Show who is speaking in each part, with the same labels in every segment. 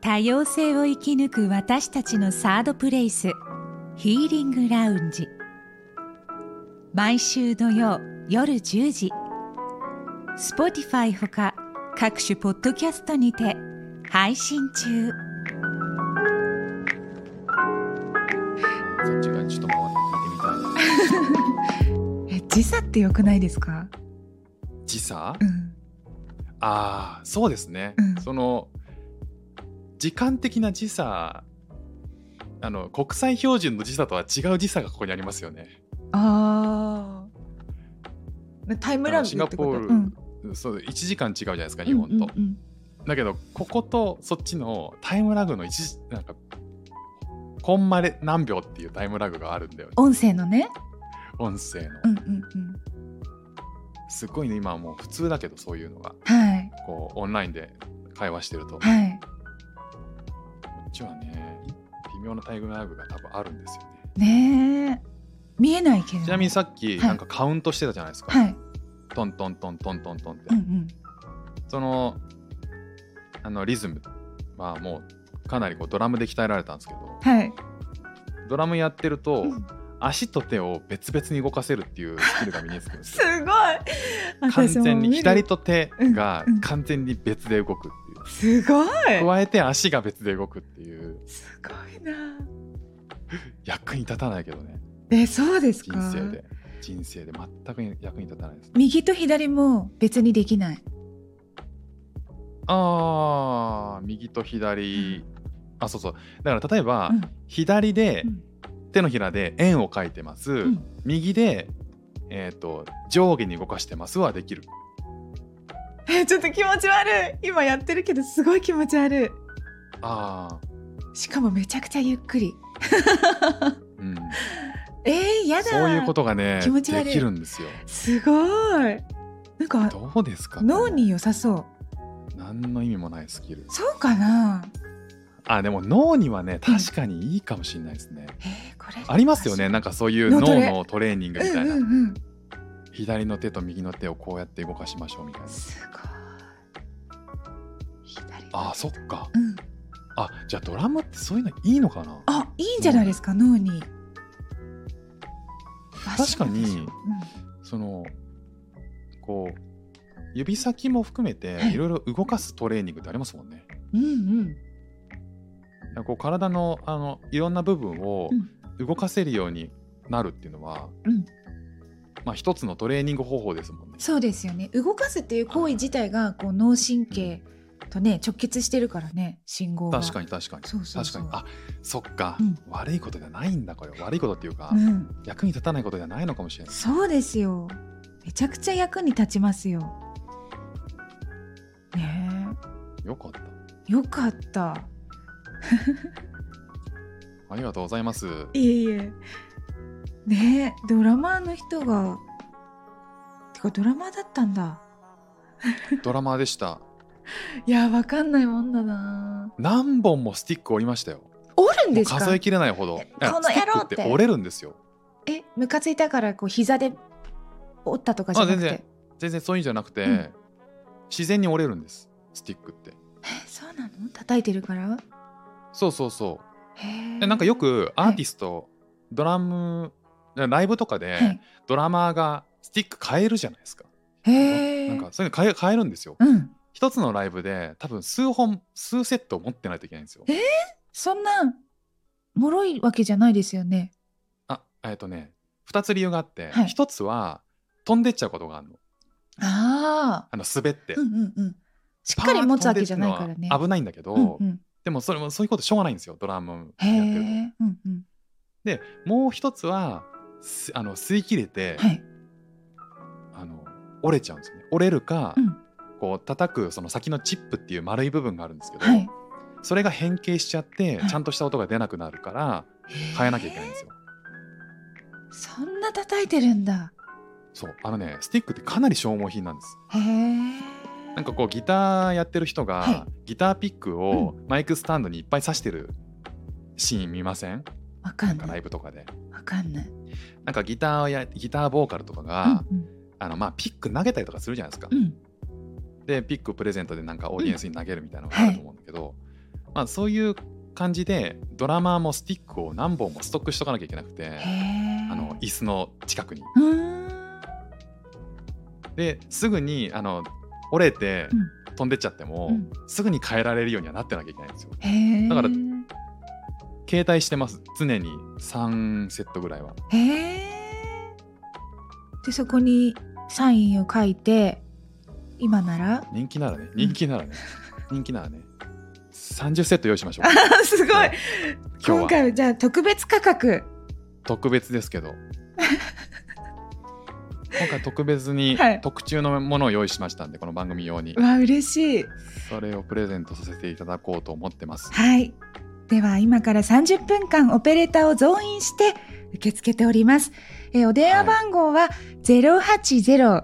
Speaker 1: 多様性を生き抜く私たちのサードプレイスヒーリングラウンジ毎週土曜夜10時 Spotify ほか各種ポッドキャストにて配信中
Speaker 2: そっち側にちょっと回って聞いてみたいな。
Speaker 3: え時差ってよくないですか
Speaker 2: 時差
Speaker 3: うん
Speaker 2: ああ、そうですね。
Speaker 3: うん
Speaker 2: その、時間的な時差、あの、国際標準の時差とは違う時差がここにありますよね。
Speaker 3: ああタイムラグ
Speaker 2: シンガ
Speaker 3: ってこ
Speaker 2: ポ
Speaker 3: と
Speaker 2: ール、
Speaker 3: うん
Speaker 2: そう1時間違うじゃないですか、日本と。
Speaker 3: うんうん
Speaker 2: だけど、こことそっちのタイムラグの一時、なんか、コンマれ何秒っていうタイムラグがあるんだよね、
Speaker 3: 音声のね
Speaker 2: 音声の。
Speaker 3: うんうんうん
Speaker 2: すごいね、今はもう普通だけど、そういうのが、
Speaker 3: はい
Speaker 2: こう、オンラインで会話してると。
Speaker 3: はい
Speaker 2: こっちはね、微妙なタイムラグが多分あるんですよね。
Speaker 3: ねえ見えないけど
Speaker 2: ちなみにさっき、
Speaker 3: はい
Speaker 2: なんかカウントしてたじゃないですか。
Speaker 3: はい
Speaker 2: トントントントントントンって。
Speaker 3: うんうん
Speaker 2: その、あの、リズムはもう、かなりこうドラムで鍛えられたんですけど、
Speaker 3: はい
Speaker 2: ドラムやってると、
Speaker 3: うん
Speaker 2: 足と手を別々に動かせるっていうスキルが身につくんです
Speaker 3: す
Speaker 2: よ。
Speaker 3: ごい
Speaker 2: 完
Speaker 3: 私も
Speaker 2: 全に
Speaker 3: 見る
Speaker 2: 左と手が
Speaker 3: うんうん
Speaker 2: 完全に別で動くってい
Speaker 3: す
Speaker 2: う。
Speaker 3: ごい
Speaker 2: 加えて足が別で動くっていう
Speaker 3: すごいな
Speaker 2: 役に立たないけどね
Speaker 3: えそうです
Speaker 2: 人
Speaker 3: か
Speaker 2: 生で人生で全く役に立たないです
Speaker 3: 右と左も別にできない
Speaker 2: ああ右と左、あそうそうだから例えば、
Speaker 3: うん
Speaker 2: 左で、
Speaker 3: うん
Speaker 2: 手のひらで円を描いてます、
Speaker 3: ん
Speaker 2: 右で、えー、と上下に動かしてますはできる
Speaker 3: えちょっと気持ち悪い今やってるけどすごい気持ち悪い
Speaker 2: ああ
Speaker 3: しかもめちゃくちゃゆっくり
Speaker 2: うん
Speaker 3: えー、やだ
Speaker 2: そういうことがね
Speaker 3: 気持ち悪い
Speaker 2: できるんですよ
Speaker 3: すごいなんか
Speaker 2: どうですか
Speaker 3: 脳に良さそう
Speaker 2: 何の意味もないスキル
Speaker 3: そうかな
Speaker 2: あでも脳にはね確かにいいかもしれないですね、
Speaker 3: えー、これ
Speaker 2: ありますよねなんかそういう
Speaker 3: 脳ト
Speaker 2: 脳
Speaker 3: レ
Speaker 2: のトレーニング
Speaker 3: う
Speaker 2: み
Speaker 3: ん
Speaker 2: たいな、
Speaker 3: うんうん
Speaker 2: 左の手と右の手をこうやって動かしましょうみたいな
Speaker 3: すごい左の
Speaker 2: あーそっか
Speaker 3: うん
Speaker 2: あじゃあドラムってそういうのいいのかな
Speaker 3: あいいんじゃないですか脳に
Speaker 2: 確
Speaker 3: あそ
Speaker 2: かに
Speaker 3: うでしょ
Speaker 2: そのこう指先も含めて
Speaker 3: はい
Speaker 2: いろいろ動かすトレーニングってありますもんね。
Speaker 3: うん、うんうん
Speaker 2: なんかこう体のあのいろんな部分を動かせるようになるっていうのは、
Speaker 3: うん
Speaker 2: まあ、一つのトレーニング方法ですもんね。
Speaker 3: そうですよね動かすっていう行為自体がこう脳神経とね直結してるからね信号が
Speaker 2: 確か
Speaker 3: に
Speaker 2: に確かに
Speaker 3: そうそう
Speaker 2: 確
Speaker 3: そう
Speaker 2: かにあそっか、
Speaker 3: うん
Speaker 2: 悪いことじゃないんだこれ悪いことっていうか、
Speaker 3: うん、
Speaker 2: 役に立たないことじゃないのかもしれない。
Speaker 3: そうですよめちゃくちゃ役に立ちますよね
Speaker 2: よかった
Speaker 3: えよかった
Speaker 2: ありがとうございます。
Speaker 3: いえいえねえドラマーの人がてかドラマーだったんだ
Speaker 2: ドラマーでした。
Speaker 3: いやわかんないもんだな
Speaker 2: 何本もスティック折りましたよ。
Speaker 3: おるん
Speaker 2: も
Speaker 3: で
Speaker 2: う
Speaker 3: すか
Speaker 2: 数えきれないほど。いや
Speaker 3: この野郎って
Speaker 2: スティックって折れるんですよ。
Speaker 3: えムカついたからこう膝で折ったとかじゃなく
Speaker 2: あ
Speaker 3: て
Speaker 2: 全全然そういうんじゃなくて、
Speaker 3: うん
Speaker 2: 自然に折れるんですスティックって
Speaker 3: えそうなの叩いてるから
Speaker 2: そうそうそ
Speaker 3: へ
Speaker 2: う
Speaker 3: え
Speaker 2: でなんかよくアーティスト、ドラムライブとかで、
Speaker 3: はい
Speaker 2: ドラマーがスティック変えるじゃないですか、
Speaker 3: へえ
Speaker 2: なんかそういうの変え変えるんですよ
Speaker 3: うん
Speaker 2: 一つのライブで多分数本数セット持ってないといけないんですよ
Speaker 3: えそんな脆いわけじゃないですよね
Speaker 2: あえっとね2つ理由があって、
Speaker 3: はい
Speaker 2: 一1つは飛んでっちゃうことがあるの
Speaker 3: ああ
Speaker 2: あの滑って、
Speaker 3: うんうんうんしっかり持つわけじゃないから
Speaker 2: パーッと飛ん
Speaker 3: ね
Speaker 2: でっちゃうのは危ないんだけど、
Speaker 3: うんうん
Speaker 2: でもそれもそういうことしょうがないんですよドラム
Speaker 3: へ
Speaker 2: やってると
Speaker 3: えうんうん
Speaker 2: でもう一つはすあの吸い切れて、
Speaker 3: はい
Speaker 2: あの折れちゃうんですよね折れるか、
Speaker 3: うん
Speaker 2: こう叩くその先のチップっていう丸い部分があるんですけど、
Speaker 3: はい
Speaker 2: それが変形しちゃって、
Speaker 3: はい
Speaker 2: ちゃんとした音が出なくなるから変えなきゃいけないんですよ。
Speaker 3: そんな叩いてるんだ
Speaker 2: そうあのねスティックってかなり消耗品なんです。
Speaker 3: へえ
Speaker 2: なんかこうギターやってる人が、
Speaker 3: は
Speaker 2: ギターピックをマイクスタンドにいっぱい刺してるシーン見ません
Speaker 3: わか
Speaker 2: なん
Speaker 3: ん
Speaker 2: か
Speaker 3: な
Speaker 2: ライ
Speaker 3: い
Speaker 2: ブとかで。
Speaker 3: わかんない
Speaker 2: なんかギターやギターボーカルとかが、
Speaker 3: うん
Speaker 2: あのまあ、ピック投げたりとかするじゃないですか。
Speaker 3: うんうん
Speaker 2: でピックをプレゼントでなんかオーディエンスに投げるみたいなのがあると思うんだけど、まあ、そういう感じでドラマーもスティックを何本もストックしとかなきゃいけなくて
Speaker 3: へ
Speaker 2: あの椅子の近くに。
Speaker 3: ーうーん
Speaker 2: ですぐにあの折れて
Speaker 3: う
Speaker 2: 飛んでっちゃって
Speaker 3: う
Speaker 2: も、
Speaker 3: ん
Speaker 2: すぐに変えられるようにはなってなきゃいけないんですよ。
Speaker 3: へー
Speaker 2: だから携帯してます常に3セットぐらいは。
Speaker 3: へえでそこにサインを書いて今なら
Speaker 2: 人気ならね人気ならね、人気ならね30セット用意 しましょう。
Speaker 3: すごい
Speaker 2: 今
Speaker 3: 今
Speaker 2: 日は
Speaker 3: 回はじゃあ特別価格
Speaker 2: 特別で すけど今回特別に
Speaker 3: はい
Speaker 2: 特注のものを用意しましたんで、この番組用に
Speaker 3: うわ嬉しい
Speaker 2: それをプレゼントさせていただこうと思ってます。
Speaker 3: はいでは今から30分間オペレーターを増員して受け付けております、えーお電話番号は080、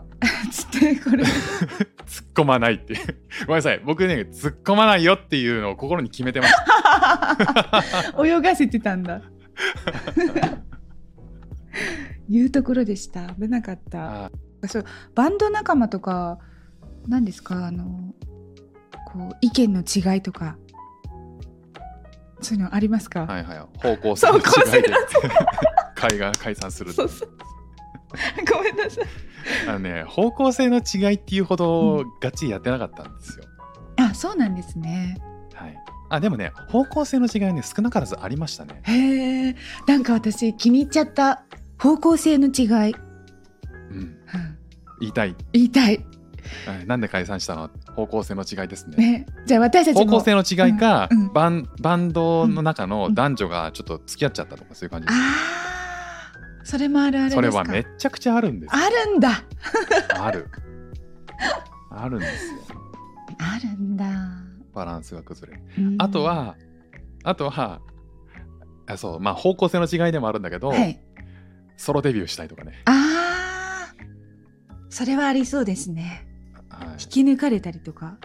Speaker 3: つ ってこれ
Speaker 2: 突っ込まないっていう ごめんなさい僕ね突っ込まないよっていうのを心に決めてま した
Speaker 3: 泳がせてたんだいうところでした危なかった
Speaker 2: あ
Speaker 3: そうバンド仲間とか何ですかあのこう意見の違いとかそういうのありますか、
Speaker 2: ーはいはい方向性の違いで 会が解散する
Speaker 3: そうそうごめんなさい
Speaker 2: あのね方向性の違いっていうほどガチやってなかったんですよ、
Speaker 3: あそうなんですね
Speaker 2: はいあでもね方向性の違いね少なからずありましたね
Speaker 3: へえなんか私気に入っちゃった方向性の違い、
Speaker 2: うん
Speaker 3: うん
Speaker 2: 言いたい
Speaker 3: 言いたい
Speaker 2: はいなんで解散したの方向性の違いですね
Speaker 3: ねじゃあ私たち
Speaker 2: 方向
Speaker 3: も
Speaker 2: 性の違いか、
Speaker 3: うんうん
Speaker 2: バンバンドの中の男女がちょっと付き合っちゃったとかそういう感じです、
Speaker 3: あーそれもあるあるです
Speaker 2: そ
Speaker 3: か
Speaker 2: れはめちゃくちゃあるんです
Speaker 3: あるんだ
Speaker 2: あるあるんですよ
Speaker 3: あるんだ、
Speaker 2: バランスが崩れる
Speaker 3: うん
Speaker 2: あとはあとはあそうまあ方向性の違いでもあるんだけど、
Speaker 3: はい
Speaker 2: ソロデビューしたいとかね、
Speaker 3: あーそれはありそうですね
Speaker 2: はい
Speaker 3: 引き抜かれたりとか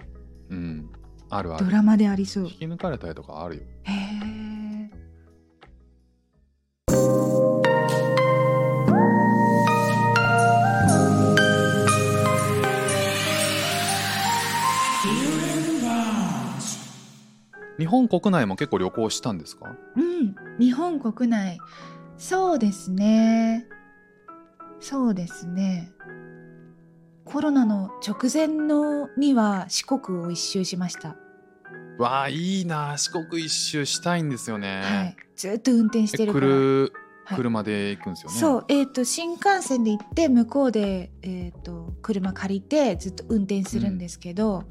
Speaker 2: うん、あるあ
Speaker 3: ド
Speaker 2: る
Speaker 3: ラマでありそう
Speaker 2: 引き抜かれたりとかあるよ
Speaker 3: へえ
Speaker 2: 日本国内も結構旅行したんですか
Speaker 3: うん日本国内そうですねそうですねコロナの直前のには四国を一周しました、
Speaker 2: わあいいなあ四国一周したいんですよね、
Speaker 3: はいずっと運転して
Speaker 2: え
Speaker 3: るから
Speaker 2: 来る
Speaker 3: はい
Speaker 2: 車で行くんですよね、
Speaker 3: そう、えー、と新幹線で行って向こうで、えー、と車借りてずっと運転するんですけど、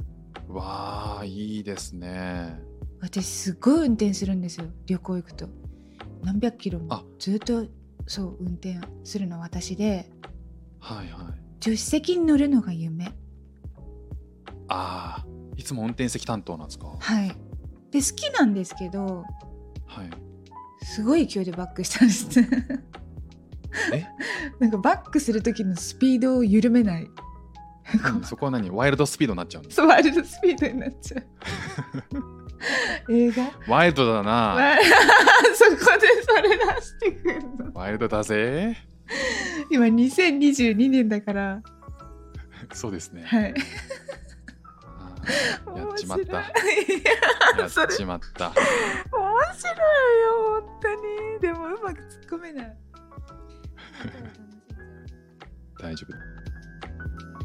Speaker 2: わあいいですね
Speaker 3: 私すごい運転するんですよ旅行行くと何百キロ
Speaker 2: あ
Speaker 3: もずっとそう運転するの私で
Speaker 2: はいはい
Speaker 3: 助手席に乗るのが夢
Speaker 2: ああいつも運転席担当なんですか
Speaker 3: はいで好きなんですけど
Speaker 2: はい
Speaker 3: すごい勢いでバックしたんですね
Speaker 2: え
Speaker 3: なんかバックする時のスピードを緩めない
Speaker 2: うんそこは何ワイルドスピードになっちゃうんです
Speaker 3: スワイルドスピードになっちゃ う映画
Speaker 2: ワイルドだな
Speaker 3: わ そこでそれ出してくるの
Speaker 2: ワイルドだぜ。
Speaker 3: 今2022年だから
Speaker 2: そうですね。
Speaker 3: はい
Speaker 2: あーや
Speaker 3: 面
Speaker 2: っちまっ
Speaker 3: 白い
Speaker 2: た。や
Speaker 3: そ
Speaker 2: っ
Speaker 3: れ
Speaker 2: ちま った。
Speaker 3: 面白いよ本当にでもうまく突 っ込めない
Speaker 2: 大丈夫。